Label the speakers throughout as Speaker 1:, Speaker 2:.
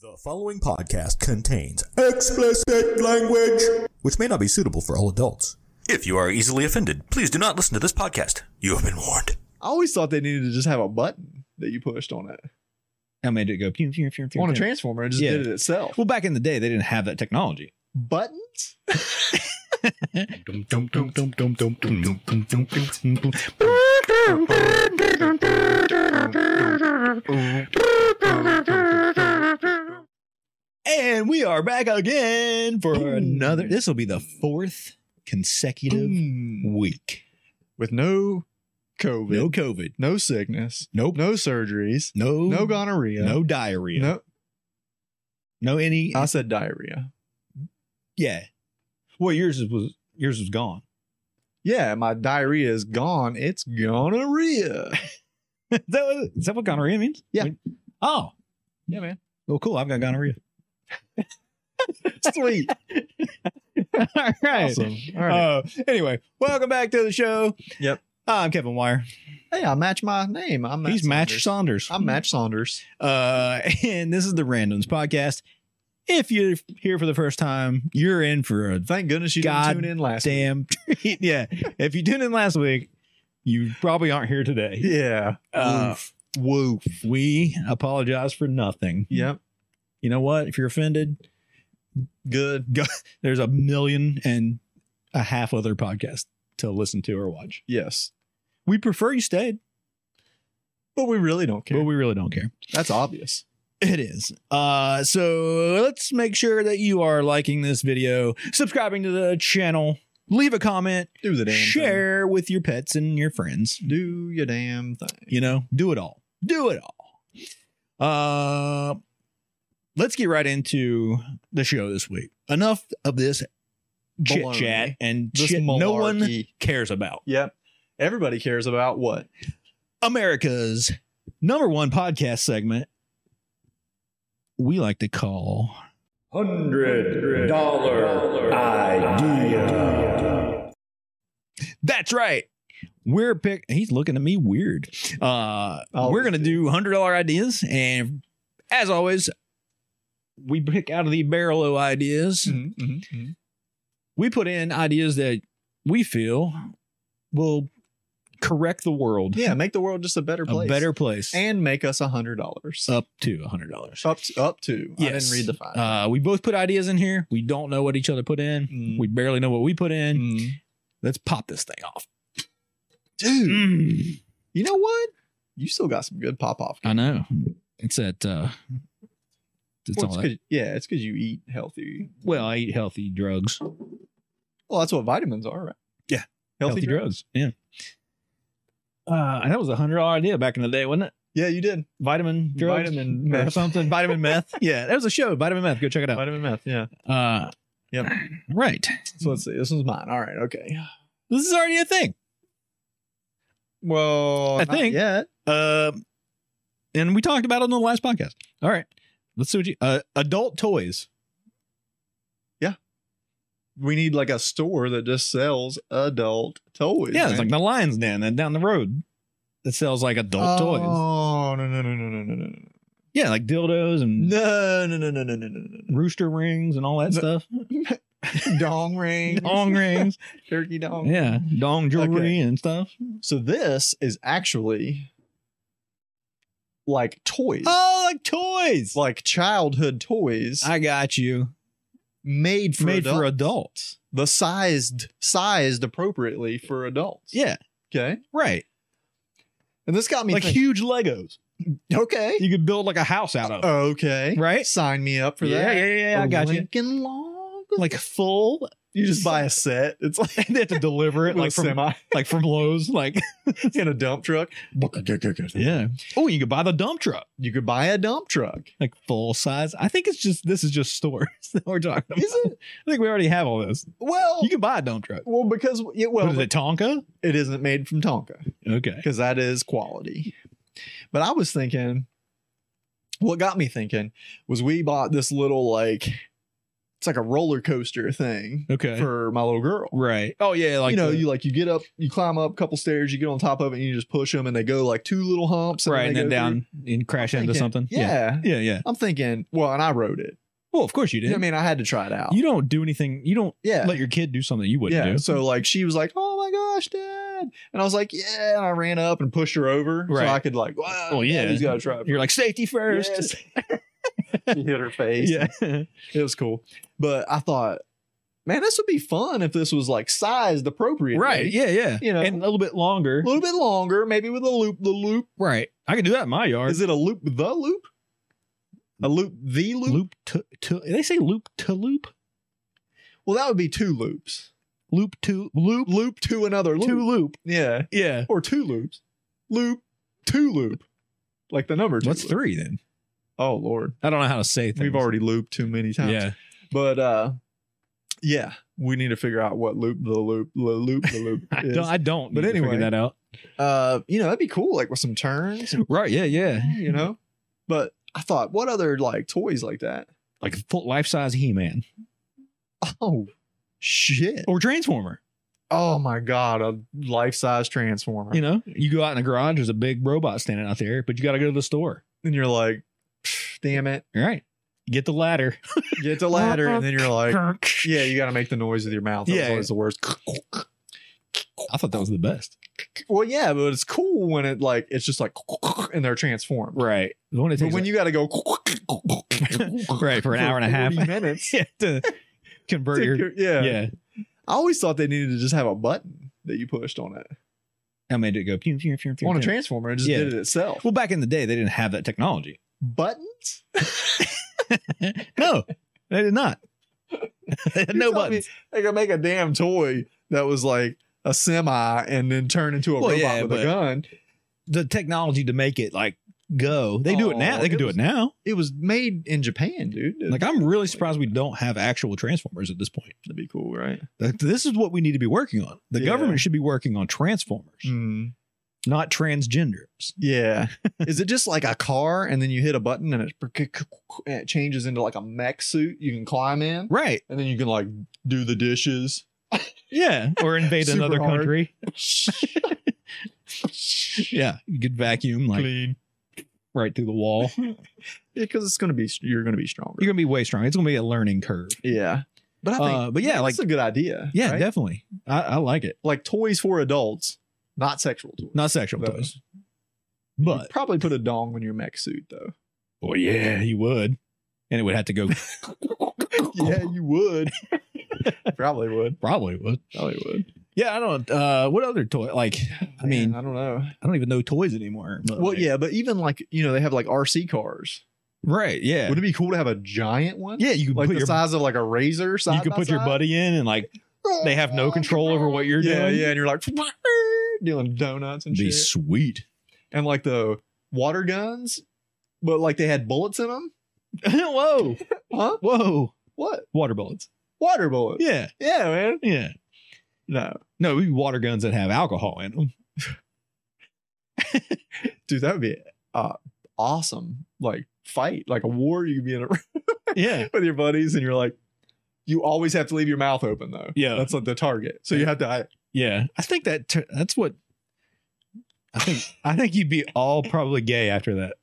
Speaker 1: The following podcast contains explicit language, which may not be suitable for all adults. If you are easily offended, please do not listen to this podcast. You have been warned.
Speaker 2: I always thought they needed to just have a button that you pushed on it
Speaker 3: I made it go pew, pew, pew, pew,
Speaker 2: on a
Speaker 3: pew.
Speaker 2: transformer and just
Speaker 3: Yeah.
Speaker 2: did it itself.
Speaker 3: Well, back in the day, they didn't have that technology.
Speaker 2: Buttons?
Speaker 3: And we are back again for another. This will be the fourth consecutive
Speaker 2: Mm.
Speaker 3: week.
Speaker 2: With no COVID,
Speaker 3: No
Speaker 2: no,
Speaker 3: COVID.
Speaker 2: sickness,
Speaker 3: Nope.
Speaker 2: no surgeries,
Speaker 3: No.
Speaker 2: no gonorrhea,
Speaker 3: No diarrhea.
Speaker 2: no.
Speaker 3: No any.
Speaker 2: I said diarrhea.
Speaker 3: yeah. Well, yours was yours was gone.
Speaker 2: Yeah, my diarrhea is gone. It's gonorrhea.
Speaker 3: is, that what, is that what gonorrhea means?
Speaker 2: Yeah.
Speaker 3: Oh.
Speaker 2: Yeah, man.
Speaker 3: Well, cool. I've got gonorrhea.
Speaker 2: Sweet.
Speaker 3: All right.
Speaker 2: awesome. All right.
Speaker 3: Uh, anyway, welcome back to the show.
Speaker 2: Yep.
Speaker 3: I'm Kevin Wire.
Speaker 2: hey, I match my name. I'm Matt
Speaker 3: He's Match
Speaker 2: Saunders.
Speaker 3: Saunders.
Speaker 2: I'm Match Saunders.
Speaker 3: Uh, and this is the Randoms Podcast. If you're here for the first time, you're in for a
Speaker 2: Thank goodness you
Speaker 3: God
Speaker 2: didn't tune in last week.
Speaker 3: damn treat. yeah. If you tuned in last week, you probably aren't here today.
Speaker 2: Yeah.
Speaker 3: Uh,
Speaker 2: Oof.
Speaker 3: woof. We apologize for nothing.
Speaker 2: Yep.
Speaker 3: You know what? If you're offended, good. Go, there's a million and a half other podcasts to listen to or watch.
Speaker 2: Yes.
Speaker 3: We prefer you stayed,
Speaker 2: But we really don't care.
Speaker 3: but we really don't care.
Speaker 2: That's obvious.
Speaker 3: It is. Uh, so let's make sure that you are liking this video, subscribing to the channel, leave a comment,
Speaker 2: Do the damn
Speaker 3: share with your pets and your friends.
Speaker 2: thing. Do your damn thing.
Speaker 3: You know, do it all. Do it all. Uh, let's get right into the show this week. Enough of this chit
Speaker 2: Baloney.
Speaker 3: chat and
Speaker 2: This
Speaker 3: shit no one
Speaker 2: malarkey.
Speaker 3: cares about.
Speaker 2: Yep. Everybody cares about what?
Speaker 3: America's number one podcast segment. We like to call
Speaker 1: Hundred dollar idea.
Speaker 3: That's right. We're pick. He's looking at me weird. Uh,
Speaker 2: Always
Speaker 3: we're gonna do hundred dollar ideas, and as always, we pick out of the barrel of ideas.
Speaker 2: Mm-hmm,
Speaker 3: We put in ideas that we feel will correct the world,
Speaker 2: Yeah, make the world just a better
Speaker 3: a
Speaker 2: place.
Speaker 3: better place,
Speaker 2: and make us a hundred dollars.
Speaker 3: up to hundred dollars.
Speaker 2: Up to, up to. I
Speaker 3: Yes.
Speaker 2: didn't read the fine.
Speaker 3: Uh, we both put ideas in here. We don't know what each other put in.
Speaker 2: Mm.
Speaker 3: We barely know what we put in.
Speaker 2: Mm.
Speaker 3: Let's pop this thing off.
Speaker 2: Dude, you know what? You still got some good pop off.
Speaker 3: I know. It's at. Uh, it's all
Speaker 2: Well, it's
Speaker 3: that-
Speaker 2: 'cause- yeah, it's because you eat healthy.
Speaker 3: Well, I eat healthy drugs. Healthy,
Speaker 2: Well, that's what vitamins are, right?
Speaker 3: Yeah.
Speaker 2: Healthy, drug.
Speaker 3: drugs. Yeah. Uh, and that was a hundred dollar idea back in the day, wasn't it?
Speaker 2: Yeah, you did.
Speaker 3: Vitamin drugs
Speaker 2: Vitamin
Speaker 3: or
Speaker 2: meth.
Speaker 3: something. Vitamin meth. Yeah, that was a show. Vitamin meth. Go check it out.
Speaker 2: Vitamin meth, yeah.
Speaker 3: Uh,
Speaker 2: Yep.
Speaker 3: Right.
Speaker 2: So let's see. This one's mine. All right, okay.
Speaker 3: This is already a thing.
Speaker 2: Well,
Speaker 3: I
Speaker 2: not
Speaker 3: think-
Speaker 2: yet.
Speaker 3: Uh, and we talked about it on the last podcast. All right. Let's see what you. Uh, adult toys.
Speaker 2: we need like a store that just sells adult toys.
Speaker 3: Yeah, it's
Speaker 2: man.
Speaker 3: like the Lions Den that down the road that sells like adult toys.
Speaker 2: Oh no no no no no no no
Speaker 3: Yeah, like dildos and
Speaker 2: no no no no no no no no
Speaker 3: rooster rings and all that
Speaker 2: No.
Speaker 3: stuff.
Speaker 2: no dong ring
Speaker 3: Dong rings.
Speaker 2: turkey dong.
Speaker 3: Yeah, dong jewelry
Speaker 2: Okay.
Speaker 3: and stuff.
Speaker 2: So this is actually like toys,
Speaker 3: Oh, like toys.
Speaker 2: like childhood toys
Speaker 3: I got you.
Speaker 2: made for
Speaker 3: Made for
Speaker 2: adult-
Speaker 3: adults.
Speaker 2: the sized sized appropriately for adults.
Speaker 3: Yeah,
Speaker 2: Okay.
Speaker 3: right.
Speaker 2: And this got me
Speaker 3: like
Speaker 2: thinking,
Speaker 3: huge Legos.
Speaker 2: okay.
Speaker 3: You could build like a house out of.
Speaker 2: Okay.
Speaker 3: right?
Speaker 2: Sign me up for
Speaker 3: yeah,
Speaker 2: that.
Speaker 3: yeah, yeah, yeah. I
Speaker 2: A
Speaker 3: got you.
Speaker 2: Lincoln Log.
Speaker 3: Like full.
Speaker 2: You just buy a set. It's like
Speaker 3: they have to deliver it
Speaker 2: With
Speaker 3: like
Speaker 2: a
Speaker 3: from
Speaker 2: semi
Speaker 3: like from Lowe's. Like
Speaker 2: in a dump truck.
Speaker 3: yeah. Oh, you could buy the dump truck,
Speaker 2: You could buy a dump truck.
Speaker 3: like full size. I think it's just this is just stores that we're talking about.
Speaker 2: Is it?
Speaker 3: I think we already have all this.
Speaker 2: Well,
Speaker 3: You can buy a dump truck.
Speaker 2: well, because yeah, well,
Speaker 3: what is it Tonka?
Speaker 2: it isn't made from Tonka
Speaker 3: Okay.
Speaker 2: because that is quality. But I was thinking, what got me thinking was we bought this little like it's like a roller coaster thing
Speaker 3: Okay.
Speaker 2: for my little girl.
Speaker 3: right. Oh yeah. Like
Speaker 2: you know,
Speaker 3: the-
Speaker 2: you like you get up, you climb up a couple stairs, you get on top of it, and you just push them, and they go like two little humps, and
Speaker 3: right, and
Speaker 2: they
Speaker 3: then
Speaker 2: go
Speaker 3: down and crash
Speaker 2: through.
Speaker 3: into
Speaker 2: Thinking,
Speaker 3: something.
Speaker 2: Yeah.
Speaker 3: Yeah. Yeah.
Speaker 2: I'm thinking. Well, and I rode it.
Speaker 3: Well, of course you did.
Speaker 2: You know what I mean, I had to try it out.
Speaker 3: you don't do anything. You don't
Speaker 2: yeah.
Speaker 3: let your kid do something you wouldn't
Speaker 2: yeah.
Speaker 3: do.
Speaker 2: So like she was like, "Oh my gosh, dad!" And I was like, "Yeah." And I ran up and pushed her over
Speaker 3: Right.
Speaker 2: so I could like, "Wow,
Speaker 3: Well, yeah.
Speaker 2: he's got to try it
Speaker 3: You're like safety first.
Speaker 2: first." she hit her face.
Speaker 3: Yeah.
Speaker 2: it was cool. But I thought, man, this would be fun if this was like sized appropriately,
Speaker 3: right. Yeah. Yeah.
Speaker 2: You know.
Speaker 3: and a little bit longer.
Speaker 2: A little bit longer, maybe with a loop. The loop
Speaker 3: Right. I could do that in my yard.
Speaker 2: is it a loop? The loop? A loop? The loop?
Speaker 3: loop to, to they say loop to loop
Speaker 2: Well, that would be two loops.
Speaker 3: loop to loop
Speaker 2: Loop to another loop.
Speaker 3: to loop
Speaker 2: Yeah,
Speaker 3: yeah
Speaker 2: or two loops. Loop two loop, like the number. Two
Speaker 3: what's
Speaker 2: loop.
Speaker 3: three then
Speaker 2: Oh Lord,
Speaker 3: i don't know how to say things.
Speaker 2: we've already looped too many times.
Speaker 3: yeah
Speaker 2: but uh, yeah, we need to figure out what loop the loop the loop the loop
Speaker 3: i
Speaker 2: is.
Speaker 3: don't i don't
Speaker 2: But
Speaker 3: need to figure
Speaker 2: anyway.
Speaker 3: that out
Speaker 2: uh, you know that'd be cool, like with some turns,
Speaker 3: right yeah yeah
Speaker 2: you know. But I thought, what other like toys like that?
Speaker 3: like a full life-size he-man
Speaker 2: Oh shit!
Speaker 3: or transformer
Speaker 2: Oh my god, a life size transformer.
Speaker 3: you know you go out in the garage there's a big robot standing out there but you got to go to the store
Speaker 2: and you're like, "Pfft, damn it,
Speaker 3: all right you get the ladder
Speaker 2: get the ladder, and then you're like, yeah,
Speaker 3: yeah
Speaker 2: you got to make the noise with your mouth. That's
Speaker 3: Yeah.
Speaker 2: always the worst.
Speaker 3: i thought that was the best
Speaker 2: Well, yeah, but it's cool when it like it's just like and they're transformed.
Speaker 3: right the one that
Speaker 2: But
Speaker 3: takes
Speaker 2: when
Speaker 3: like-
Speaker 2: you got to go
Speaker 3: right for an hour and a half
Speaker 2: 40 minutes,
Speaker 3: yeah, to convert your
Speaker 2: to- yeah.
Speaker 3: yeah
Speaker 2: I always thought they needed to just have a button that you pushed on it
Speaker 3: i made it go pew, pew, pew, pew,
Speaker 2: on a
Speaker 3: pew.
Speaker 2: transformer. It just
Speaker 3: Yeah.
Speaker 2: did it itself.
Speaker 3: Well, back in the day, they didn't have that technology.
Speaker 2: Buttons?
Speaker 3: no, they did not. They had
Speaker 2: You
Speaker 3: no
Speaker 2: telling me
Speaker 3: buttons.
Speaker 2: They could make a damn toy that was like a semi and then turn into a
Speaker 3: Well,
Speaker 2: robot
Speaker 3: yeah,
Speaker 2: with
Speaker 3: but-
Speaker 2: a gun.
Speaker 3: The technology to make it like go. They do it now.
Speaker 2: Oh,
Speaker 3: They can
Speaker 2: it
Speaker 3: do it
Speaker 2: was-
Speaker 3: now.
Speaker 2: It was made in Japan, dude.
Speaker 3: Like I'm really surprised we don't have actual transformers at this point.
Speaker 2: That'd be cool, right?
Speaker 3: Like, This is what we need to be working on. The
Speaker 2: Yeah.
Speaker 3: government should be working on transformers,
Speaker 2: Mm.
Speaker 3: not transgenders.
Speaker 2: Yeah. Is it just like a car and then you hit a button and it, and it changes into like a mech suit you can climb in
Speaker 3: Right.
Speaker 2: and then you can like do the dishes?
Speaker 3: Yeah. Or invade
Speaker 2: Super
Speaker 3: another
Speaker 2: hard.
Speaker 3: country. Yeah. You could vacuum like
Speaker 2: Clean.
Speaker 3: right through the wall.
Speaker 2: Because it's going to be, you're going to be stronger.
Speaker 3: You're gonna be way strong. It's gonna be a learning curve.
Speaker 2: yeah. But I think,
Speaker 3: Uh, but yeah, like
Speaker 2: that's a good idea.
Speaker 3: yeah,
Speaker 2: right?
Speaker 3: definitely. I, I like it.
Speaker 2: like toys for adults, not sexual toys.
Speaker 3: Not sexual
Speaker 2: No.
Speaker 3: toys.
Speaker 2: you
Speaker 3: But
Speaker 2: probably put a dong in your mech suit though.
Speaker 3: well, yeah, you would, and it would have to go.
Speaker 2: yeah, you would. probably would.
Speaker 3: Probably would.
Speaker 2: Probably would.
Speaker 3: Yeah, I don't. uh What other toy? Like, I mean,
Speaker 2: Man, I don't know.
Speaker 3: I don't even know toys anymore. but,
Speaker 2: Well,
Speaker 3: like-
Speaker 2: yeah, but even like you know they have like RC cars.
Speaker 3: right. Yeah,
Speaker 2: Would it be cool to have a giant one?
Speaker 3: yeah. You could
Speaker 2: like
Speaker 3: put
Speaker 2: the
Speaker 3: your
Speaker 2: size of like a razor. Side
Speaker 3: you could
Speaker 2: by
Speaker 3: put your
Speaker 2: side?
Speaker 3: buddy in, and like they have no control over what you're
Speaker 2: yeah,
Speaker 3: doing.
Speaker 2: yeah, and you're like doing donuts and
Speaker 3: be
Speaker 2: shit,
Speaker 3: sweet.
Speaker 2: and like the water guns, but like they had bullets in them.
Speaker 3: whoa,
Speaker 2: Huh?
Speaker 3: whoa,
Speaker 2: What
Speaker 3: water bullets.
Speaker 2: water bullets?
Speaker 3: Yeah,
Speaker 2: Yeah, man.
Speaker 3: yeah.
Speaker 2: No,
Speaker 3: No, we water guns that have alcohol in them.
Speaker 2: dude, that would be uh awesome. Like fight, like a war. You could be in a
Speaker 3: Yeah,
Speaker 2: with your buddies, and you're like, you always have to leave your mouth open though.
Speaker 3: Yeah.
Speaker 2: that's like the target. So you have to.
Speaker 3: Yeah, I think that tur- that's what I think. I think you'd be all probably gay after that.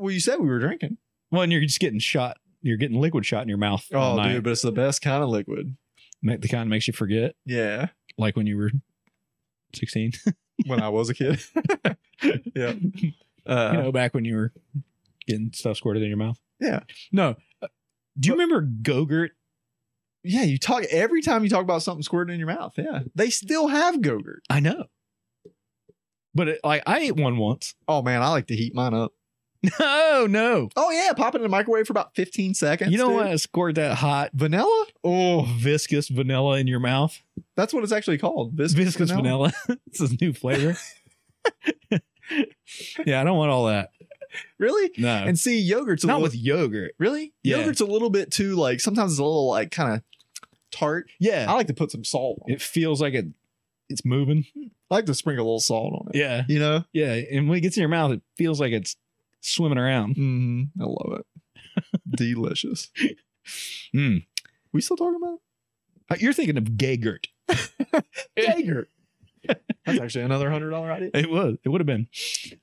Speaker 2: Well, you said we were drinking.
Speaker 3: When you're just getting shot, you're getting liquid shot in your mouth. all
Speaker 2: Oh,
Speaker 3: night.
Speaker 2: dude, but it's the best kind of liquid.
Speaker 3: Make- the kind that makes you forget,
Speaker 2: Yeah,
Speaker 3: like when you were sixteen.
Speaker 2: when I was a kid. yeah. Uh,
Speaker 3: you know, back when you were getting stuff squirted in your mouth.
Speaker 2: Yeah.
Speaker 3: No. uh, Do you remember Gogurt?
Speaker 2: yeah, you talk every time you talk about something squirting in your mouth. Yeah, they still have Gogurt.
Speaker 3: I know. But it, like I ate one once.
Speaker 2: Oh man, I like to heat mine up.
Speaker 3: No, no.
Speaker 2: Oh yeah, pop it in the microwave for about fifteen seconds.
Speaker 3: you know
Speaker 2: dude.
Speaker 3: what? I scored that hot,
Speaker 2: Vanilla?
Speaker 3: oh, viscous vanilla in your mouth.
Speaker 2: That's what it's actually called. Vis-
Speaker 3: viscous vanilla. it's a new flavor. yeah, I don't want all that.
Speaker 2: Really?
Speaker 3: No,
Speaker 2: And see, yogurt's a
Speaker 3: not
Speaker 2: little,
Speaker 3: with yogurt.
Speaker 2: really.
Speaker 3: Yeah.
Speaker 2: Yogurt's a little bit too like sometimes it's a little like kind of tart.
Speaker 3: Yeah,
Speaker 2: I like to put some salt. on it.
Speaker 3: it feels like it. It's moving.
Speaker 2: I like to sprinkle a little salt on it.
Speaker 3: Yeah,
Speaker 2: You know.
Speaker 3: yeah. And when it gets in your mouth, it feels like it's swimming around.
Speaker 2: Mm-hmm. I love it. Delicious.
Speaker 3: Mm.
Speaker 2: We still talking about
Speaker 3: Uh, You're thinking of Gagert.
Speaker 2: it? Jaeger. That's actually another hundred dollar idea.
Speaker 3: It was. It would have been.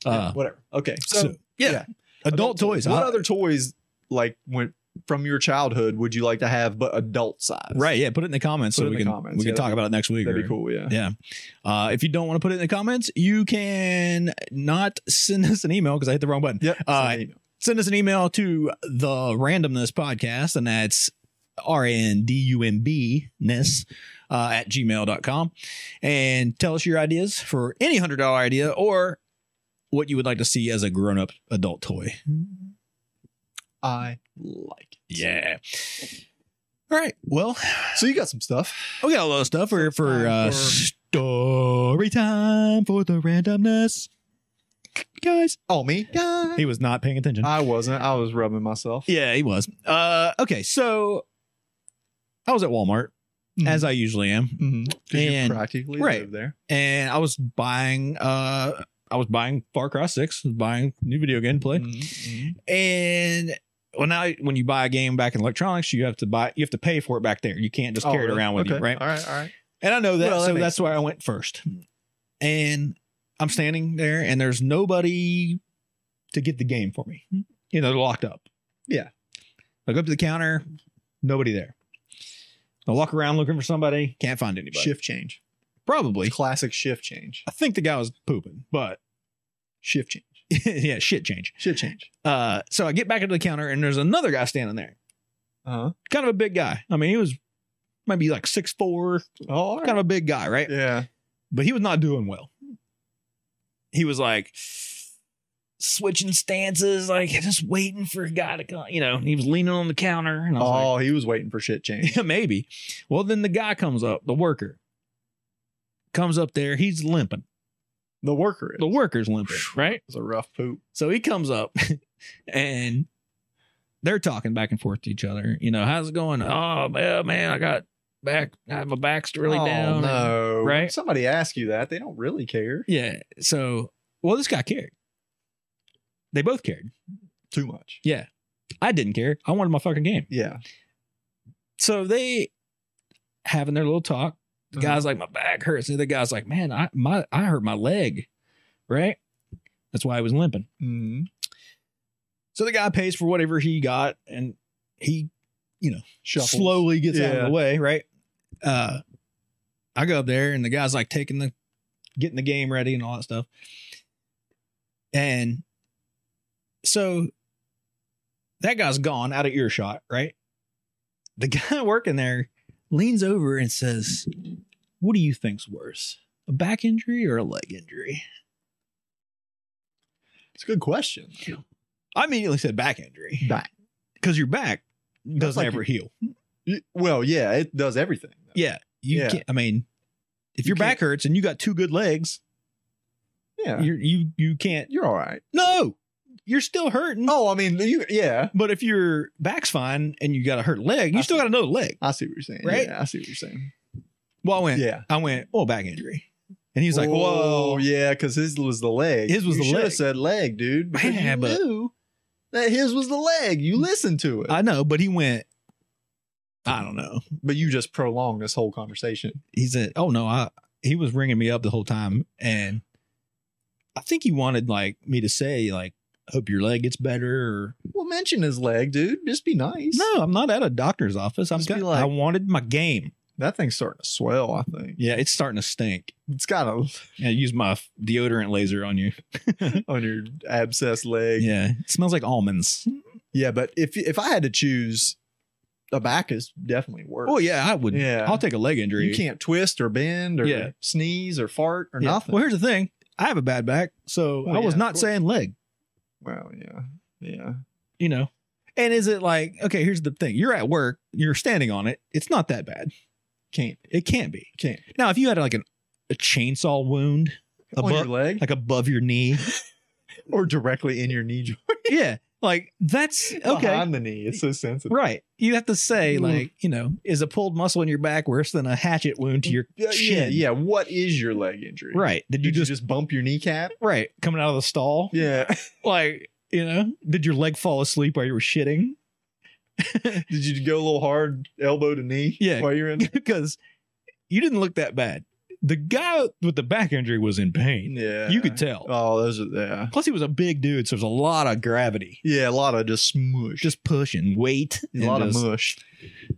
Speaker 3: Uh,
Speaker 2: Whatever. Okay.
Speaker 3: so,
Speaker 2: So,
Speaker 3: yeah.
Speaker 2: yeah.
Speaker 3: Adult, toys.
Speaker 2: What
Speaker 3: I-
Speaker 2: other toys like went from your childhood would you like to have but adult size?
Speaker 3: Right. Yeah. Put it in the comments
Speaker 2: Put
Speaker 3: so
Speaker 2: it in
Speaker 3: we
Speaker 2: the
Speaker 3: can
Speaker 2: comments,
Speaker 3: we
Speaker 2: yeah,
Speaker 3: can talk about it next week.
Speaker 2: That'd be
Speaker 3: or-
Speaker 2: cool. Yeah.
Speaker 3: Yeah. Uh, if you don't want to put it in the comments, you can not send us an email because I hit the wrong button.
Speaker 2: Yep.
Speaker 3: Uh,
Speaker 2: Send an email.
Speaker 3: Send us an email to the randomness podcast, and that's R A N D U M B ness uh, at gmail.com. And tell us your ideas for any $100 idea or what you would like to see as a grown up adult toy.
Speaker 2: I like it.
Speaker 3: Yeah. All right. Well,
Speaker 2: So you got some stuff.
Speaker 3: We got a lot of stuff for for uh,
Speaker 2: Time for-
Speaker 3: story time for the randomness. Guys,
Speaker 2: Oh me? Yeah.
Speaker 3: he was not paying attention.
Speaker 2: I wasn't. I was rubbing myself.
Speaker 3: Uh, yeah, he was. Uh, okay, so I was at Walmart
Speaker 2: Mhm.
Speaker 3: as I usually am,
Speaker 2: Mhm. 'Cause you
Speaker 3: And-
Speaker 2: practically
Speaker 3: right.
Speaker 2: live there.
Speaker 3: and I was buying. Uh, I was buying Far Cry Six, was buying new video game to play,
Speaker 2: Mhm. Mhm.
Speaker 3: Mm-hmm. and. Well, now when you buy a game back in electronics, you have to buy, you have to pay for it back there. You can't just
Speaker 2: Oh,
Speaker 3: carry
Speaker 2: really?
Speaker 3: it around with you,
Speaker 2: Okay.
Speaker 3: right?
Speaker 2: All right. All right.
Speaker 3: And I know that,
Speaker 2: Well, that
Speaker 3: so
Speaker 2: makes
Speaker 3: that's why I went first. And I'm standing there, and there's nobody to get the game for me. You know, they're locked up.
Speaker 2: Yeah.
Speaker 3: I go up to the counter, nobody there. I walk around looking for somebody, can't find anybody.
Speaker 2: Shift change.
Speaker 3: Probably.
Speaker 2: Classic shift change.
Speaker 3: I think the guy was pooping, but
Speaker 2: Shift change.
Speaker 3: yeah, shit change.
Speaker 2: Shift change.
Speaker 3: Uh, so I get back into the counter, and there's another guy standing there.
Speaker 2: Uh huh.
Speaker 3: Kind of a big guy. I mean, he was maybe like six four,
Speaker 2: Oh, all right.
Speaker 3: kind of a big guy, right?
Speaker 2: yeah.
Speaker 3: but he was not doing well. He was like switching stances, like just waiting for a guy to come. You know, he was leaning on the counter, and I was
Speaker 2: Oh, he was waiting for shit change.
Speaker 3: like, "Yeah, maybe." Well, then the guy comes up, the worker comes up there. He's limping.
Speaker 2: The worker. Is.
Speaker 3: The worker's limping, right?
Speaker 2: It's a rough poop.
Speaker 3: So he comes up, and they're talking back and forth to each other. You know, how's it going? Oh man, man, I got back. I my back's really
Speaker 2: oh,
Speaker 3: down.
Speaker 2: No.
Speaker 3: right?
Speaker 2: When Somebody ask you that. They don't really care
Speaker 3: Yeah. So, well, this guy cared. They both cared.
Speaker 2: too much.
Speaker 3: I didn't care. I wanted my fucking game.
Speaker 2: Yeah.
Speaker 3: So they having their little talk. The
Speaker 2: Uh-huh.
Speaker 3: guy's like, my back hurts. The other guy's like, man, I my I hurt my leg. Right? That's why I was limping.
Speaker 2: Mm-hmm.
Speaker 3: So the guy pays for whatever he got and he slowly gets out of
Speaker 2: Yeah.
Speaker 3: the way, right? Uh I go up there and the guy's like taking the getting the game ready and all that stuff. And so that guy's gone out of earshot, right? The guy working there leans over and says, What do you think's worse? A back injury or a leg injury?
Speaker 2: It's a good question.
Speaker 3: I immediately said back injury.
Speaker 2: Back.
Speaker 3: Because your back doesn't
Speaker 2: like
Speaker 3: ever heal.
Speaker 2: Y- Well, yeah, it does everything. though.
Speaker 3: Yeah. You
Speaker 2: Yeah.
Speaker 3: can't I mean, if
Speaker 2: You
Speaker 3: your back hurts and you got two good legs,
Speaker 2: Yeah. You're,
Speaker 3: you you you can't
Speaker 2: all right.
Speaker 3: no you're still hurting
Speaker 2: Oh, I mean, you, yeah.
Speaker 3: but if your back's fine and you got a hurt leg you
Speaker 2: I
Speaker 3: still
Speaker 2: see.
Speaker 3: got another leg
Speaker 2: I see what you're saying.
Speaker 3: Right?
Speaker 2: Yeah, I see what you're saying.
Speaker 3: well i went
Speaker 2: Yeah.
Speaker 3: i went oh back injury and he's like
Speaker 2: Oh,
Speaker 3: whoa
Speaker 2: yeah, because his was the leg.
Speaker 3: His was
Speaker 2: You
Speaker 3: the
Speaker 2: shoulda
Speaker 3: leg.
Speaker 2: said leg, dude. because
Speaker 3: Yeah,
Speaker 2: you
Speaker 3: but- Mm.
Speaker 2: knew that his was the leg. You listened to it,
Speaker 3: i know but he went i don't know
Speaker 2: but you just prolonged this whole conversation.
Speaker 3: he said oh no i he was ringing me up the whole time and i think he wanted like me to say like hope your leg gets better or
Speaker 2: Well, mention his leg, dude. Just be nice.
Speaker 3: no i'm not at a doctor's office i'm
Speaker 2: Just be
Speaker 3: got-
Speaker 2: like-
Speaker 3: i wanted my game
Speaker 2: that thing's starting to swell. I think
Speaker 3: yeah it's starting to stink
Speaker 2: it's got a
Speaker 3: yeah use my f- deodorant laser on you
Speaker 2: on your abscess leg. Yeah.
Speaker 3: yeah it smells like almonds
Speaker 2: Mm. but if if I had to choose, the back is definitely worse.
Speaker 3: Oh yeah, I would.
Speaker 2: Yeah.
Speaker 3: I'll take a leg injury.
Speaker 2: you can't twist or bend or
Speaker 3: Yeah.
Speaker 2: sneeze or fart or
Speaker 3: Yeah.
Speaker 2: nothing.
Speaker 3: Well, here's the thing. I have a bad back, so
Speaker 2: Well,
Speaker 3: I was
Speaker 2: yeah, of
Speaker 3: not
Speaker 2: course.
Speaker 3: saying leg.
Speaker 2: well, yeah, yeah.
Speaker 3: You know. And is it like okay? Here's the thing. You're at work. You're standing on it. It's not that bad.
Speaker 2: Can't
Speaker 3: It can't be.
Speaker 2: can't
Speaker 3: Now, if you had like an, a chainsaw wound
Speaker 2: on your
Speaker 3: above,
Speaker 2: leg
Speaker 3: like above your knee,
Speaker 2: or directly in your knee joint.
Speaker 3: yeah, like that's okay.
Speaker 2: behind the knee. It's so sensitive.
Speaker 3: Right. You have to say
Speaker 2: Mm.
Speaker 3: like you know, is a pulled muscle in your back worse than a hatchet wound to your
Speaker 2: Yeah, yeah,
Speaker 3: chin?
Speaker 2: yeah. What is your leg injury?
Speaker 3: Right. Did
Speaker 2: Mm-hmm. Did
Speaker 3: you just
Speaker 2: just bump your kneecap?
Speaker 3: right coming out of the stall?
Speaker 2: Yeah.
Speaker 3: like you know did your leg fall asleep while you were shitting
Speaker 2: Did you go a little hard, elbow to knee?
Speaker 3: Yeah.
Speaker 2: While you're in. there?
Speaker 3: because you didn't look that bad. The guy with the back injury was in pain.
Speaker 2: Yeah.
Speaker 3: You could tell.
Speaker 2: Oh, those are yeah.
Speaker 3: Plus, he was a big dude, so there's a lot of gravity,
Speaker 2: Yeah, a lot of just mush.
Speaker 3: just pushing weight,
Speaker 2: a lot
Speaker 3: and
Speaker 2: of
Speaker 3: just-
Speaker 2: mush.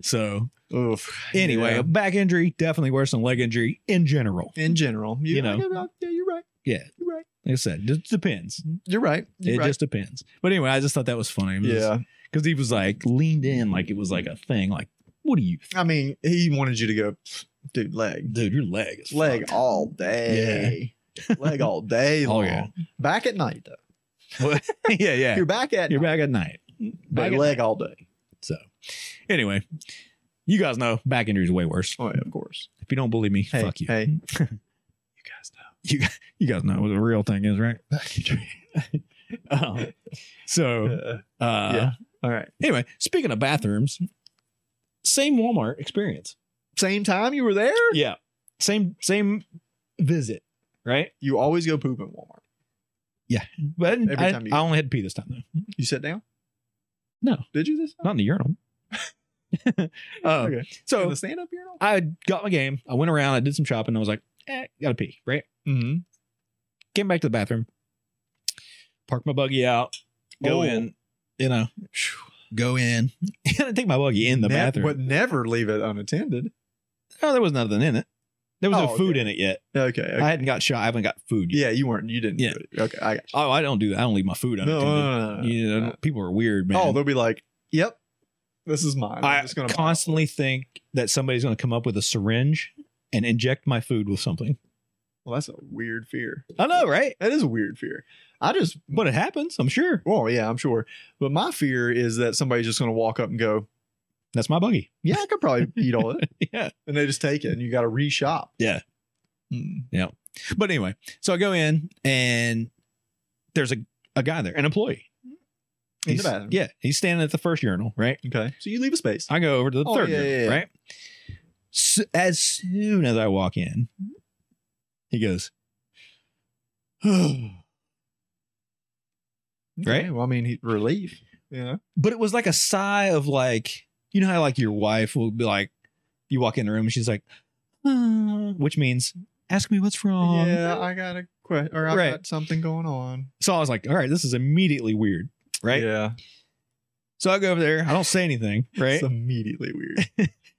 Speaker 3: So,
Speaker 2: Oof.
Speaker 3: anyway,
Speaker 2: Yeah.
Speaker 3: a back injury definitely worse than leg injury in general.
Speaker 2: in general,
Speaker 3: You know.
Speaker 2: Yeah, you're right.
Speaker 3: Yeah.
Speaker 2: You're right.
Speaker 3: Like I said, it just depends.
Speaker 2: You're right. You're
Speaker 3: it
Speaker 2: right.
Speaker 3: just depends. But anyway, I just thought that was funny.
Speaker 2: yeah.
Speaker 3: because he was like leaned in, like it was like a thing. Like, what do you,
Speaker 2: I mean, he wanted you to go, dude, leg,
Speaker 3: dude? Your leg is
Speaker 2: leg
Speaker 3: fucked."
Speaker 2: all day, leg all day
Speaker 3: Oh,
Speaker 2: long.
Speaker 3: yeah.
Speaker 2: Back at night though.
Speaker 3: yeah, yeah.
Speaker 2: You're back at
Speaker 3: You're
Speaker 2: night,
Speaker 3: back at night.
Speaker 2: but
Speaker 3: back at
Speaker 2: leg all day.
Speaker 3: So, anyway, you guys know back injury is way worse.
Speaker 2: Oh yeah, of course.
Speaker 3: If you don't believe me,
Speaker 2: Hey,
Speaker 3: fuck you.
Speaker 2: hey.
Speaker 3: you guys know. You, guys- you guys know what the real thing is, right?
Speaker 2: Back injury.
Speaker 3: Um, so,
Speaker 2: Uh,
Speaker 3: uh,
Speaker 2: yeah. all right.
Speaker 3: anyway, speaking of bathrooms, same Walmart experience.
Speaker 2: Same time you were there.
Speaker 3: Yeah. Same, same visit, right?
Speaker 2: You always go poop at Walmart.
Speaker 3: But I, didn't-
Speaker 2: Every
Speaker 3: I-
Speaker 2: time you-
Speaker 3: I only had to pee this time, though.
Speaker 2: You sat down.
Speaker 3: No.
Speaker 2: Did you this time?
Speaker 3: Not in the urinal. um,
Speaker 2: okay.
Speaker 3: So,
Speaker 2: the stand up urinal.
Speaker 3: I got my game. I went around. I did some shopping. I was like, eh, gotta pee, right?
Speaker 2: Mm-hmm.
Speaker 3: Came back to the bathroom, park my buggy out, go
Speaker 2: Oh.
Speaker 3: in, you know, go in. I didn't take my buggy in the bathroom.
Speaker 2: but never leave it unattended.
Speaker 3: Oh, there was nothing in it. There was
Speaker 2: Oh,
Speaker 3: no food
Speaker 2: okay.
Speaker 3: in it yet.
Speaker 2: Okay.
Speaker 3: I
Speaker 2: okay.
Speaker 3: hadn't got shot. I haven't got food yet.
Speaker 2: yeah, you weren't. You didn't.
Speaker 3: Yeah.
Speaker 2: do it. Okay. I got
Speaker 3: Oh, I don't do that. I don't leave my food
Speaker 2: you.
Speaker 3: unattended. you know,
Speaker 2: no. Uh,
Speaker 3: people are weird, man.
Speaker 2: Oh, they'll be like, "Yep, this is mine."
Speaker 3: I
Speaker 2: I'm just gonna buy it."
Speaker 3: constantly think that somebody's going to come up with a syringe and inject my food with something.
Speaker 2: Well, that's a weird fear.
Speaker 3: I know, right?
Speaker 2: That is a weird fear. I just,
Speaker 3: But it happens, I'm sure.
Speaker 2: well, yeah, I'm sure. But my fear is that somebody's just going to walk up and go,
Speaker 3: That's my buggy.
Speaker 2: "Yeah, I could probably eat all it,"
Speaker 3: Yeah.
Speaker 2: and they just take it, and you got to reshop.
Speaker 3: Yeah.
Speaker 2: Mm.
Speaker 3: But anyway, so I go in and there's a, a guy there, an employee.
Speaker 2: In
Speaker 3: He's-
Speaker 2: the bathroom.
Speaker 3: Yeah. He's standing at the first urinal, right?
Speaker 2: Okay. So you leave a space.
Speaker 3: I go over to the
Speaker 2: Oh,
Speaker 3: third
Speaker 2: yeah,
Speaker 3: urinal,
Speaker 2: yeah, yeah.
Speaker 3: right? So, as soon as I walk in, he goes,
Speaker 2: Okay,
Speaker 3: right?
Speaker 2: Well, I mean, he, relief. Yeah.
Speaker 3: but it was like a sigh of like, you know how like your wife will be like, you walk in the room and she's like, "Ah," which means ask me what's wrong.
Speaker 2: yeah, I got a question, or I've
Speaker 3: Right.
Speaker 2: got something going on.
Speaker 3: So I was like, all right, this is immediately weird, right?
Speaker 2: Yeah.
Speaker 3: So I go over there, I don't say anything, right?
Speaker 2: It's immediately weird.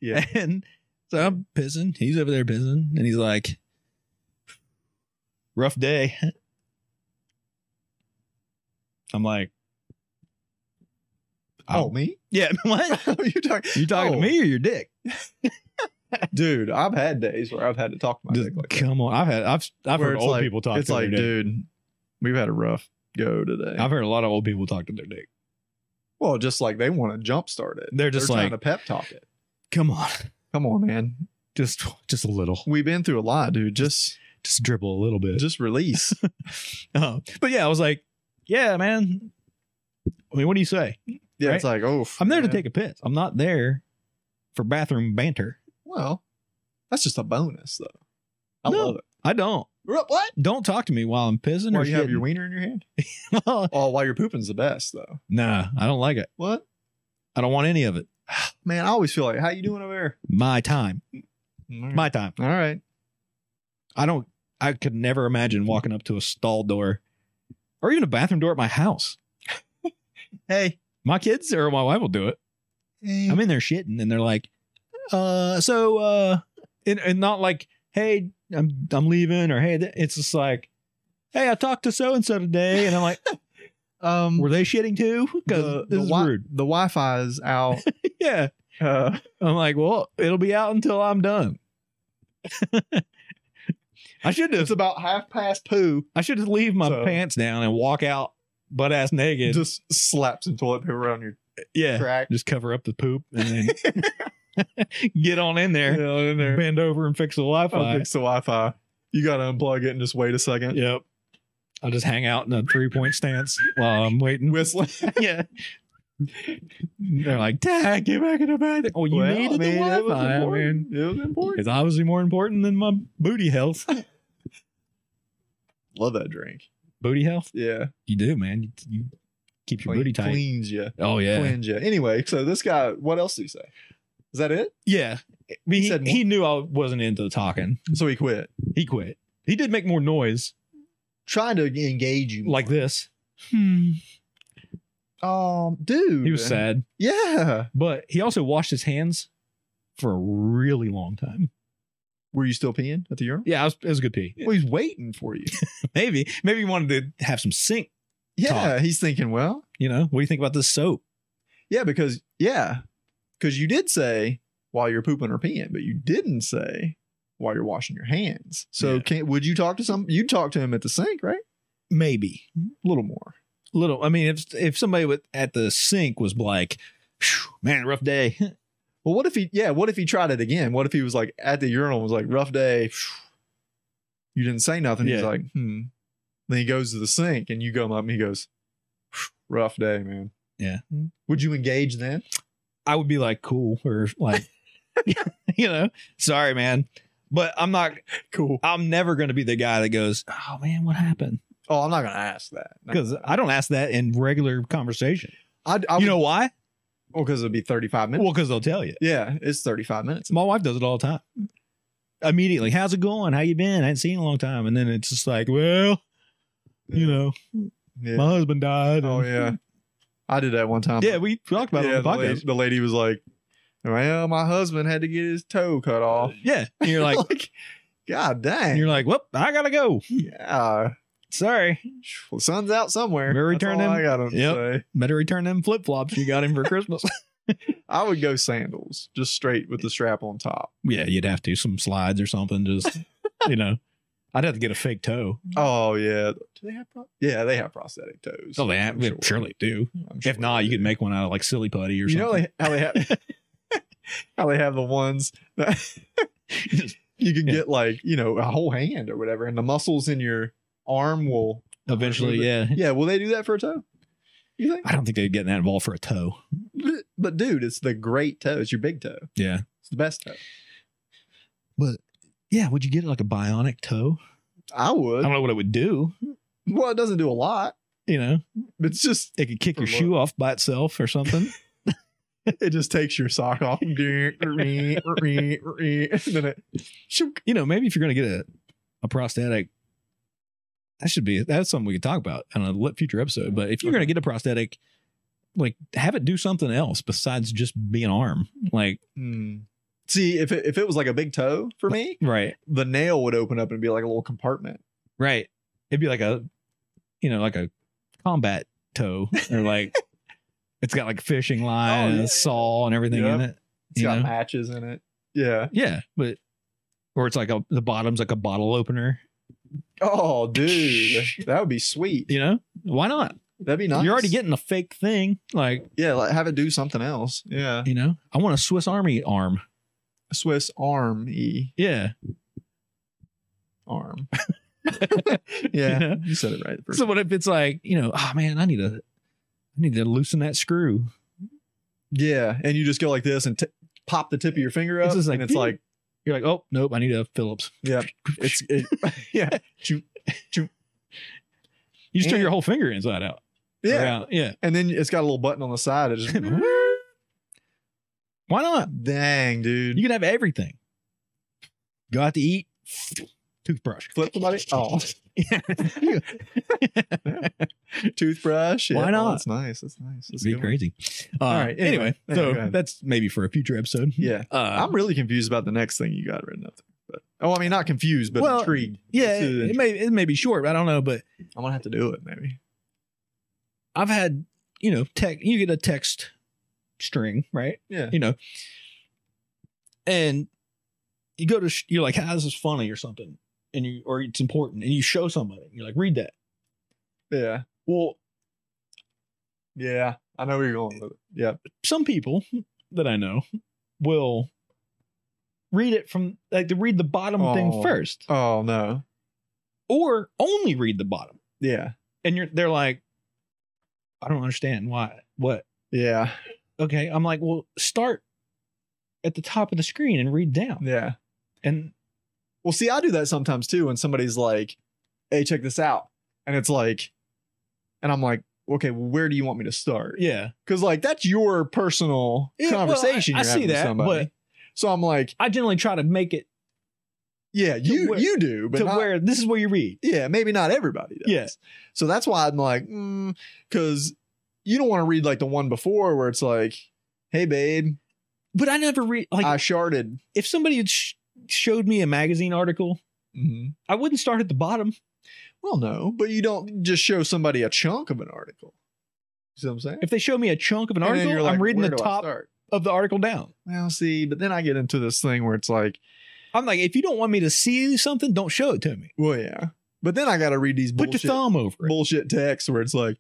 Speaker 2: yeah.
Speaker 3: And so I'm pissing. He's over there pissing. And he's like, rough day. I'm like,
Speaker 2: Oh, me?
Speaker 3: yeah, what?
Speaker 2: you talking?
Speaker 3: You talking
Speaker 2: Oh.
Speaker 3: to me or your dick?
Speaker 2: Dude, I've had days where I've had to talk to my
Speaker 3: Just
Speaker 2: dick like that.
Speaker 3: come on. I've had I've I've
Speaker 2: Where
Speaker 3: heard
Speaker 2: it's
Speaker 3: old
Speaker 2: like-
Speaker 3: people talk
Speaker 2: It's
Speaker 3: to
Speaker 2: like,
Speaker 3: their dick.
Speaker 2: dude, we've had a rough go today.
Speaker 3: I've heard a lot of old people talk to their dick.
Speaker 2: well, just like they want to jumpstart it.
Speaker 3: They're just
Speaker 2: trying
Speaker 3: like-
Speaker 2: to pep talk it.
Speaker 3: Come on.
Speaker 2: Come on, man.
Speaker 3: Just just a little.
Speaker 2: We've been through a lot, dude. Just
Speaker 3: Just dribble a little bit.
Speaker 2: just release.
Speaker 3: Oh, but yeah, I was like, yeah, man. I mean, what do you say?
Speaker 2: Yeah, it's like, oh,
Speaker 3: I'm there to
Speaker 2: man.
Speaker 3: take a piss. I'm not there for bathroom banter.
Speaker 2: Well, that's just a bonus, though. I
Speaker 3: No.
Speaker 2: love it.
Speaker 3: I don't.
Speaker 2: Ru- What?
Speaker 3: Don't talk to me while I'm pissing
Speaker 2: While
Speaker 3: or
Speaker 2: you have your wiener in your hand?
Speaker 3: shitting.
Speaker 2: Oh, while you're pooping's the best, though.
Speaker 3: nah, I don't like it.
Speaker 2: What?
Speaker 3: I don't want any of it.
Speaker 2: Man, I always feel like, how you doing over there?
Speaker 3: My time.
Speaker 2: All right.
Speaker 3: My time.
Speaker 2: All right.
Speaker 3: I don't I could never imagine walking up to a stall door or even a bathroom door at my house.
Speaker 2: Hey.
Speaker 3: My kids or my wife will do it.
Speaker 2: Hey.
Speaker 3: I'm in there shitting, and they're like, "Uh, so uh, and, and not like, hey, I'm I'm leaving, or hey, th-" it's just like, hey, I talked to so and so today, and I'm like,
Speaker 2: um,
Speaker 3: were they shitting too? Because this is
Speaker 2: wi-
Speaker 3: rude.
Speaker 2: The Wi-Fi is out.
Speaker 3: Yeah,
Speaker 2: Uh,
Speaker 3: I'm like, well, it'll be out until I'm done. I should
Speaker 2: it's
Speaker 3: just
Speaker 2: about half past poo.
Speaker 3: I should just leave my
Speaker 2: So-
Speaker 3: pants down and walk out butt ass naked.
Speaker 2: Just slap some toilet paper around your
Speaker 3: yeah,
Speaker 2: crack.
Speaker 3: just cover up the poop and then get on in there,
Speaker 2: Yeah, in there.
Speaker 3: bend over and fix the Wi-Fi.
Speaker 2: I'll fix the Wi-Fi. You got to unplug it and just wait a second.
Speaker 3: Yep. I'll just hang out in a three point stance while I'm waiting.
Speaker 2: Whistling.
Speaker 3: yeah. They're like, Dad, get back in the bathroom. Oh, you
Speaker 2: Well,
Speaker 3: needed
Speaker 2: I mean,
Speaker 3: the
Speaker 2: it was
Speaker 3: Wi-Fi. I
Speaker 2: important.
Speaker 3: mean,
Speaker 2: It was important.
Speaker 3: it's obviously more important than my booty health.
Speaker 2: Love that drink.
Speaker 3: booty health?
Speaker 2: Yeah.
Speaker 3: You do, man. You, you Keeps your
Speaker 2: Clean-
Speaker 3: booty tight.
Speaker 2: Cleans you.
Speaker 3: Oh yeah,
Speaker 2: Cleans you. Anyway, so this guy, what else do you say? Is that it?
Speaker 3: yeah. He,
Speaker 2: said
Speaker 3: he knew I wasn't into the talking.
Speaker 2: So he quit.
Speaker 3: He quit. He did make more noise
Speaker 2: Trying to engage you.
Speaker 3: like this. Hmm.
Speaker 2: um, dude.
Speaker 3: He was sad,
Speaker 2: Yeah.
Speaker 3: but he also washed his hands for a really long time.
Speaker 2: Were you still peeing at the urinal?
Speaker 3: Yeah, it was, it was a good pee.
Speaker 2: Well, he's waiting for you.
Speaker 3: Maybe, maybe he wanted to have some sink.
Speaker 2: Yeah. He's thinking, well,
Speaker 3: You know, what do you think about this soap?
Speaker 2: yeah, because, yeah, because you did say while you're pooping or peeing, but you didn't say while you're washing your hands. So
Speaker 3: Yeah.
Speaker 2: can would you talk to some? You'd talk to him at the sink, right?
Speaker 3: Maybe.
Speaker 2: A little more.
Speaker 3: little. I mean, if if somebody with, at the sink was like, "Phew, "Man, rough day,"
Speaker 2: Well, what if he, yeah, what if he tried it again? What if he was like at the urinal, was like, rough day. You didn't say nothing. He's
Speaker 3: Yeah.
Speaker 2: like, hmm. Then he goes to the sink and you go up and he goes, rough day, man.
Speaker 3: Yeah.
Speaker 2: Would you engage then?
Speaker 3: I would be like, "Cool," or like, you know, "Sorry, man," but I'm not.
Speaker 2: Cool.
Speaker 3: I'm never going to be the guy that goes, "Oh man, what happened?"
Speaker 2: Oh, I'm not going to ask that.
Speaker 3: Because I don't ask that in regular conversation.
Speaker 2: I,
Speaker 3: you
Speaker 2: I would-
Speaker 3: know why?
Speaker 2: Well, because it'd be 35 minutes.
Speaker 3: Well, because they'll tell you.
Speaker 2: yeah, it's 35 minutes.
Speaker 3: My wife does it all the time. Immediately, how's it going? How you been? I hadn't seen you in a long time, and then it's just like, well, you know,
Speaker 2: Yeah.
Speaker 3: my husband died.
Speaker 2: oh,
Speaker 3: and-
Speaker 2: yeah. I did that one time.
Speaker 3: yeah. We talked about it
Speaker 2: Yeah,
Speaker 3: on the
Speaker 2: the,
Speaker 3: podcast.
Speaker 2: lady, the lady was like, well, my husband had to get his toe cut off.
Speaker 3: Yeah, and you're like,
Speaker 2: God dang.
Speaker 3: and you're like, whoop, I gotta go.
Speaker 2: yeah.
Speaker 3: Sorry.
Speaker 2: Well, sun's out somewhere.
Speaker 3: Mary
Speaker 2: That's
Speaker 3: turned
Speaker 2: all
Speaker 3: him-
Speaker 2: I got to
Speaker 3: Yep.
Speaker 2: say.
Speaker 3: Better return them flip flops you got him for Christmas.
Speaker 2: I would go sandals, just straight with the strap on top.
Speaker 3: yeah, you'd have to some slides or something. Just you know, I'd have to get a fake toe.
Speaker 2: Oh yeah, do they have? Pro- yeah, they have prosthetic toes.
Speaker 3: So they have,
Speaker 2: I'm sure.
Speaker 3: Oh, surely do.
Speaker 2: I'm sure
Speaker 3: If not,
Speaker 2: they
Speaker 3: you
Speaker 2: do.
Speaker 3: could make one out of like silly putty or
Speaker 2: You know
Speaker 3: something.
Speaker 2: they, how they have how they have the ones that you can
Speaker 3: Yeah.
Speaker 2: get like you know a whole hand or whatever, and the muscles in your arm will
Speaker 3: Eventually, yeah.
Speaker 2: yeah. Will they do that for a toe? You think?
Speaker 3: I don't think they'd get that involved for a toe.
Speaker 2: But, but dude, it's the great toe. It's your big toe.
Speaker 3: Yeah,
Speaker 2: It's the best toe.
Speaker 3: but yeah, would you get like a bionic toe?
Speaker 2: I
Speaker 3: I
Speaker 2: would.
Speaker 3: don't know what it would do.
Speaker 2: Well, it doesn't do a lot.
Speaker 3: You know,
Speaker 2: It's just
Speaker 3: it could kick
Speaker 2: For
Speaker 3: your
Speaker 2: what?
Speaker 3: shoe off by itself or something.
Speaker 2: it just takes your sock off. and then it shook.
Speaker 3: you know, maybe if you're going to get a, a prosthetic, that should be that's something we could talk about on a li- future episode. But if you're going to get a prosthetic, like have it do something else besides just be an arm. Like,
Speaker 2: Hmm. See, if it, if it was like a big toe for me,
Speaker 3: right,
Speaker 2: the nail would open up and be like a little compartment.
Speaker 3: right. It'd be like a, you know, like a combat toe or like it's got like a fishing line
Speaker 2: Oh,
Speaker 3: and
Speaker 2: yeah,
Speaker 3: a saw and everything in
Speaker 2: Yep.
Speaker 3: it.
Speaker 2: It's
Speaker 3: you
Speaker 2: got
Speaker 3: know?
Speaker 2: matches in it. Yeah.
Speaker 3: Yeah, but or it's like a the bottom's like a bottle opener.
Speaker 2: Oh, dude, that would be sweet.
Speaker 3: You know, why not?
Speaker 2: That'd be nice.
Speaker 3: You're already getting a fake thing. Like,
Speaker 2: yeah. Like have it do something else. Yeah.
Speaker 3: you know, I want a Swiss Army arm.
Speaker 2: Swiss arm e
Speaker 3: Yeah.
Speaker 2: arm. yeah,
Speaker 3: Yeah.
Speaker 2: you said it right. The first
Speaker 3: So what if it's like, you know, oh man, I need to I need to loosen that screw.
Speaker 2: yeah, and you just go like this and t- pop the tip of your finger up,
Speaker 3: It's just like,
Speaker 2: and it's like
Speaker 3: You're like, oh nope, I need a Phillips.
Speaker 2: yeah, it's it, yeah, Choo-
Speaker 3: You just turn
Speaker 2: And-
Speaker 3: your whole finger inside out. or
Speaker 2: yeah.
Speaker 3: out. Yeah.
Speaker 2: And then it's got a little button on the side. It just
Speaker 3: Why not?
Speaker 2: dang, dude.
Speaker 3: You can have everything. Go out to eat. Toothbrush.
Speaker 2: flip somebody. Oh, toothbrush.
Speaker 3: Why
Speaker 2: well,
Speaker 3: not?
Speaker 2: that's nice. That's nice.
Speaker 3: It'd
Speaker 2: That's a
Speaker 3: be
Speaker 2: good one.
Speaker 3: crazy. Uh,
Speaker 2: All
Speaker 3: All
Speaker 2: right,
Speaker 3: right.
Speaker 2: anyway,
Speaker 3: Anyway,
Speaker 2: yeah,
Speaker 3: so
Speaker 2: go ahead.
Speaker 3: that's maybe for a future episode.
Speaker 2: Yeah,
Speaker 3: Uh,
Speaker 2: I'm really confused about the next thing you got written up there. But, oh, I mean, not confused, but
Speaker 3: Well,
Speaker 2: intrigued.
Speaker 3: yeah,
Speaker 2: Let's do the
Speaker 3: it, it
Speaker 2: intro.
Speaker 3: may it may be short. I don't know, but
Speaker 2: I'm gonna have to do it. Maybe.
Speaker 3: I've had, you know, tech, you get a text string, right?
Speaker 2: Yeah.
Speaker 3: You know, and you go to, sh- you're like, how is this funny or something? And you, or it's important. And you show somebody, you're like, read that.
Speaker 2: Yeah.
Speaker 3: Well,
Speaker 2: Yeah. I know where you're going with it. Yeah.
Speaker 3: some people that I know will read it from, like, to read the bottom
Speaker 2: Oh.
Speaker 3: thing first
Speaker 2: Oh no.
Speaker 3: or only read the bottom.
Speaker 2: Yeah.
Speaker 3: And you're, they're like, I don't understand why, what?
Speaker 2: Yeah.
Speaker 3: Okay. I'm like, well, start at the top of the screen and read down.
Speaker 2: Yeah.
Speaker 3: And
Speaker 2: Well, see, I do that sometimes too when somebody's like, hey, check this out. And it's like, and I'm like, okay, well, where do you want me to start?
Speaker 3: Yeah.
Speaker 2: Because like that's your personal
Speaker 3: Yeah, well,
Speaker 2: conversation.
Speaker 3: I- I
Speaker 2: you're
Speaker 3: see
Speaker 2: having
Speaker 3: that,
Speaker 2: with somebody.
Speaker 3: but-
Speaker 2: so I'm like,
Speaker 3: I generally try to make it
Speaker 2: yeah, you
Speaker 3: where-
Speaker 2: you do, but
Speaker 3: to
Speaker 2: not-
Speaker 3: where this is where you read.
Speaker 2: yeah, maybe not everybody does.
Speaker 3: Yeah.
Speaker 2: So that's why I'm like, because you don't want to read like the one before where it's like, hey babe,
Speaker 3: But I never read like
Speaker 2: I sharded.
Speaker 3: if somebody had sh- showed me a magazine article,
Speaker 2: Mhm.
Speaker 3: I wouldn't start at the bottom.
Speaker 2: Well, no, but you don't just show somebody a chunk of an article. You see what I'm saying?
Speaker 3: If they show me a chunk of an
Speaker 2: And then
Speaker 3: article,
Speaker 2: you're like,
Speaker 3: I'm reading
Speaker 2: where
Speaker 3: the
Speaker 2: do I
Speaker 3: top
Speaker 2: start?
Speaker 3: of the article down.
Speaker 2: Well, see, but then I get into this thing where it's like,
Speaker 3: I'm like, if you don't want me to see something, don't show it to me.
Speaker 2: well, yeah, but then I got to read these
Speaker 3: Put
Speaker 2: bullshit,
Speaker 3: your thumb over it.
Speaker 2: bullshit texts where it's like,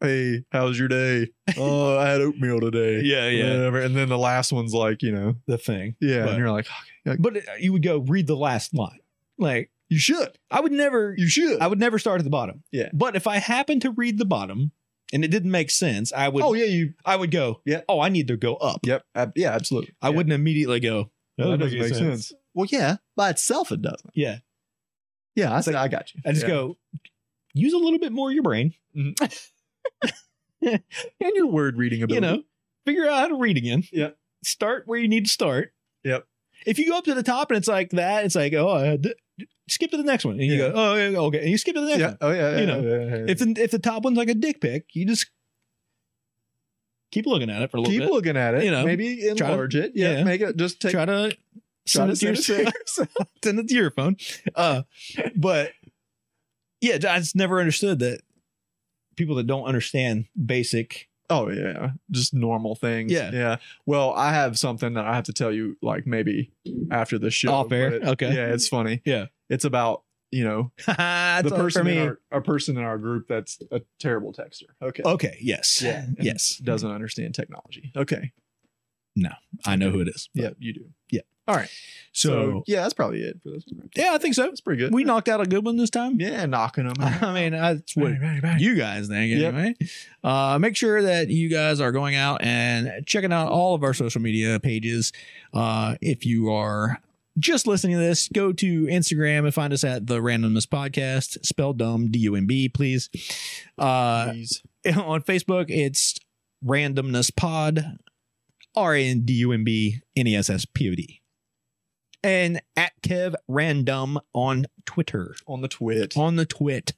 Speaker 2: hey, how's your day? oh, I had oatmeal today.
Speaker 3: Yeah,
Speaker 2: Whatever. And then the last one's like, you know,
Speaker 3: The thing.
Speaker 2: yeah,
Speaker 3: But-
Speaker 2: and you're like, like,
Speaker 3: But it- you would go read the last line. Like
Speaker 2: you should,
Speaker 3: I would never
Speaker 2: you should.
Speaker 3: I would never start at the bottom.
Speaker 2: Yeah.
Speaker 3: But if I happened to read the bottom and it didn't make sense, I would
Speaker 2: oh yeah, you
Speaker 3: I would go,
Speaker 2: Yeah.
Speaker 3: oh, I need to go up.
Speaker 2: Yep. ab- yeah, absolutely.
Speaker 3: I
Speaker 2: Yeah.
Speaker 3: wouldn't immediately go,
Speaker 2: Well,
Speaker 3: "Oh,
Speaker 2: that doesn't make sense. Well, yeah, by itself it doesn't.
Speaker 3: Yeah.
Speaker 2: Yeah, I said I got you.
Speaker 3: I just
Speaker 2: Yeah.
Speaker 3: go, use a little bit more of your brain,
Speaker 2: and your word reading
Speaker 3: you
Speaker 2: ability.
Speaker 3: know, figure out how to read again.
Speaker 2: Yeah.
Speaker 3: Start where you need to start.
Speaker 2: Yep.
Speaker 3: If you go up to the top and it's like that, it's like, oh, I had to- skip to the next one. And you
Speaker 2: Yeah.
Speaker 3: go, oh, yeah, okay. And you skip to the next
Speaker 2: Yeah.
Speaker 3: one.
Speaker 2: Oh yeah.
Speaker 3: You
Speaker 2: yeah,
Speaker 3: know,
Speaker 2: yeah, yeah, yeah.
Speaker 3: If the, if the top one's like a dick pic, you just keep looking at it for a little
Speaker 2: keep
Speaker 3: bit.
Speaker 2: looking at it,
Speaker 3: You know,
Speaker 2: maybe
Speaker 3: try to-
Speaker 2: enlarge it. Yeah,
Speaker 3: yeah.
Speaker 2: Make it just take.
Speaker 3: Try to
Speaker 2: try
Speaker 3: send it to
Speaker 2: send
Speaker 3: yourself.
Speaker 2: yourself.
Speaker 3: send it to your phone. Uh, but yeah, I just never understood that people that don't understand basic.
Speaker 2: oh yeah. Just normal things.
Speaker 3: Yeah.
Speaker 2: Yeah. Well, I have something that I have to tell you, like maybe after the show.
Speaker 3: Off air?
Speaker 2: but it-
Speaker 3: Okay.
Speaker 2: Yeah, it's funny.
Speaker 3: Yeah.
Speaker 2: It's about you know
Speaker 3: That's
Speaker 2: the person in our, a person in our group that's a terrible texter. Okay.
Speaker 3: okay. Yes.
Speaker 2: Yeah.
Speaker 3: Yes.
Speaker 2: Doesn't understand technology. Okay.
Speaker 3: I know who it is.
Speaker 2: Yeah, you do.
Speaker 3: So,
Speaker 2: yeah, that's probably it for this one. right?
Speaker 3: yeah, I think so.
Speaker 2: That's pretty good.
Speaker 3: We knocked out a good one this time.
Speaker 2: yeah, knocking them.
Speaker 3: I mean, uh, that's what you guys think
Speaker 2: Yep.
Speaker 3: anyway. Uh, make sure that you guys are going out and checking out all of our social media pages. Uh, if you are just listening to this, go to Instagram and find us at the Randomness Podcast, spell dumb D U M B, please. Uh,
Speaker 2: Please.
Speaker 3: on Facebook, it's Randomness Pod, R A N D U M B N E S S P O D, and at Kev Random on Twitter
Speaker 2: on the twit.
Speaker 3: on the twit.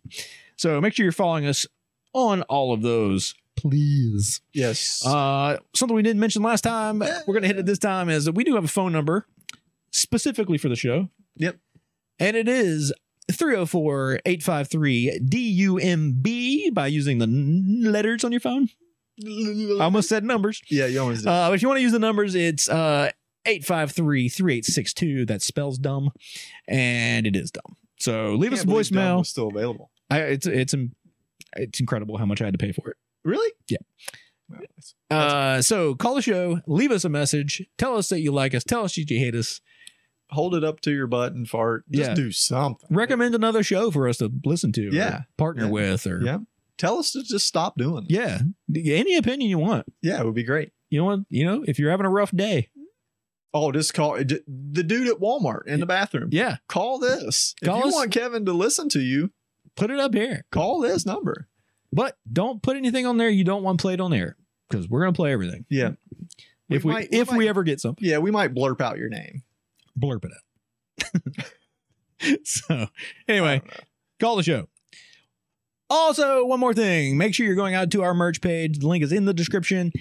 Speaker 3: So make sure you're following us on all of those, please.
Speaker 2: Yes.
Speaker 3: Uh, something we didn't mention last time,
Speaker 2: Yeah.
Speaker 3: we're gonna hit it this time is that we do have a phone number specifically for the show.
Speaker 2: Yep.
Speaker 3: And it is 304-853-DUMB by using the n- letters on your phone. I almost said numbers.
Speaker 2: yeah, you always did.
Speaker 3: Uh, but if you want to use the numbers, it's uh 853-3862. That spells dumb. And it is dumb. So leave us a
Speaker 2: Can't believe Dumb
Speaker 3: voicemail.
Speaker 2: was still available.
Speaker 3: I, it's it's in- it's incredible how much I had to pay for it.
Speaker 2: Really?
Speaker 3: Yeah.
Speaker 2: Wow, that's-
Speaker 3: Uh, so call the show, leave us a message, tell us that you like us, tell us that you hate us,
Speaker 2: Hold it up to your butt and fart. Just
Speaker 3: Yeah.
Speaker 2: do something.
Speaker 3: recommend another show for us to listen to, or
Speaker 2: Yeah.
Speaker 3: partner
Speaker 2: Yeah.
Speaker 3: with, or
Speaker 2: Yeah. Tell us to just stop doing. it.
Speaker 3: yeah, any opinion you want.
Speaker 2: Yeah, it would be great.
Speaker 3: You know what? You know if you're having a rough day,
Speaker 2: Oh, just call d- the dude at Walmart in the bathroom.
Speaker 3: yeah,
Speaker 2: Call this.
Speaker 3: Call
Speaker 2: if you
Speaker 3: us.
Speaker 2: want Kevin to listen to you,
Speaker 3: put it up here.
Speaker 2: call this number.
Speaker 3: But don't put anything on there you don't want played on air because we're gonna play everything.
Speaker 2: Yeah.
Speaker 3: If we,
Speaker 2: might-
Speaker 3: if we
Speaker 2: might-
Speaker 3: ever get something,
Speaker 2: yeah, we might blurp out your name.
Speaker 3: blurp it out. so anyway,
Speaker 2: I don't know.
Speaker 3: call the show. Also, one more thing. Make sure you're going out to our merch page. The link is in the description.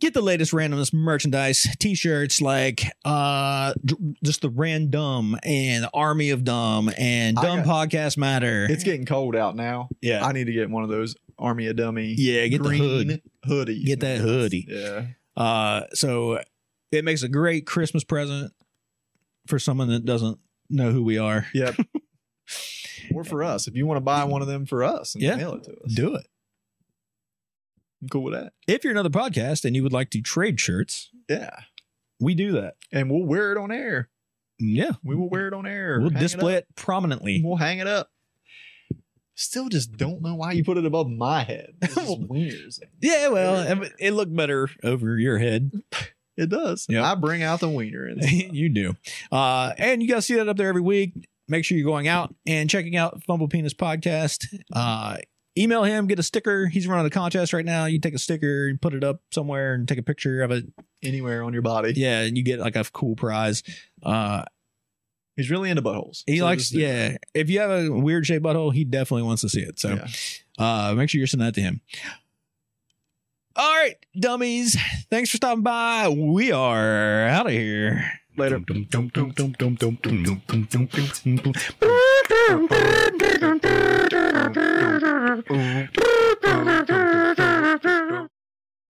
Speaker 3: Get the latest randomness merchandise, t-shirts like uh d- just the random and army of dumb and
Speaker 2: I
Speaker 3: dumb podcast matter.
Speaker 2: it's getting cold out now.
Speaker 3: yeah.
Speaker 2: I need to get one of those Army of Dummy.
Speaker 3: yeah, get the hood.
Speaker 2: hoodie.
Speaker 3: Get that hoodie.
Speaker 2: Yeah.
Speaker 3: Uh so it makes a great Christmas present for someone that doesn't know who we are.
Speaker 2: Yep. or for us, if you want to buy one of them for us and
Speaker 3: Yeah.
Speaker 2: mail it to us,
Speaker 3: Do it.
Speaker 2: I'm cool with that.
Speaker 3: If you're another podcast and you would like to trade shirts,
Speaker 2: Yeah.
Speaker 3: we do that.
Speaker 2: And we'll wear it on air.
Speaker 3: Yeah.
Speaker 2: We will wear it on air.
Speaker 3: We'll
Speaker 2: Hang
Speaker 3: display
Speaker 2: it.
Speaker 3: it prominently.
Speaker 2: up. We'll hang it up. Still just don't know why you put it above my head. This is
Speaker 3: Well-
Speaker 2: weird.
Speaker 3: Yeah,
Speaker 2: Yeah.
Speaker 3: well, I mean, it looked better over your head.
Speaker 2: It does.
Speaker 3: Yeah.
Speaker 2: I bring out the wiener. And stuff.
Speaker 3: you do. Uh, and you guys see that up there every week. Make sure you're going out and checking out Fumble Penis Podcast. Uh, Email him, get a sticker. He's running a contest right now. You take a sticker, you put it up somewhere, and take a picture of it.
Speaker 2: anywhere on your body.
Speaker 3: Yeah, and you get like a cool prize. Uh,
Speaker 2: He's really into buttholes.
Speaker 3: he
Speaker 2: So
Speaker 3: likes,
Speaker 2: just do it.
Speaker 3: yeah. If you have a weird shaped butthole, he definitely wants to see it. So
Speaker 2: Yeah.
Speaker 3: uh, make sure you're sending that to him. All right, dummies. Thanks for stopping by. We are out of here.
Speaker 2: Later.
Speaker 4: Later.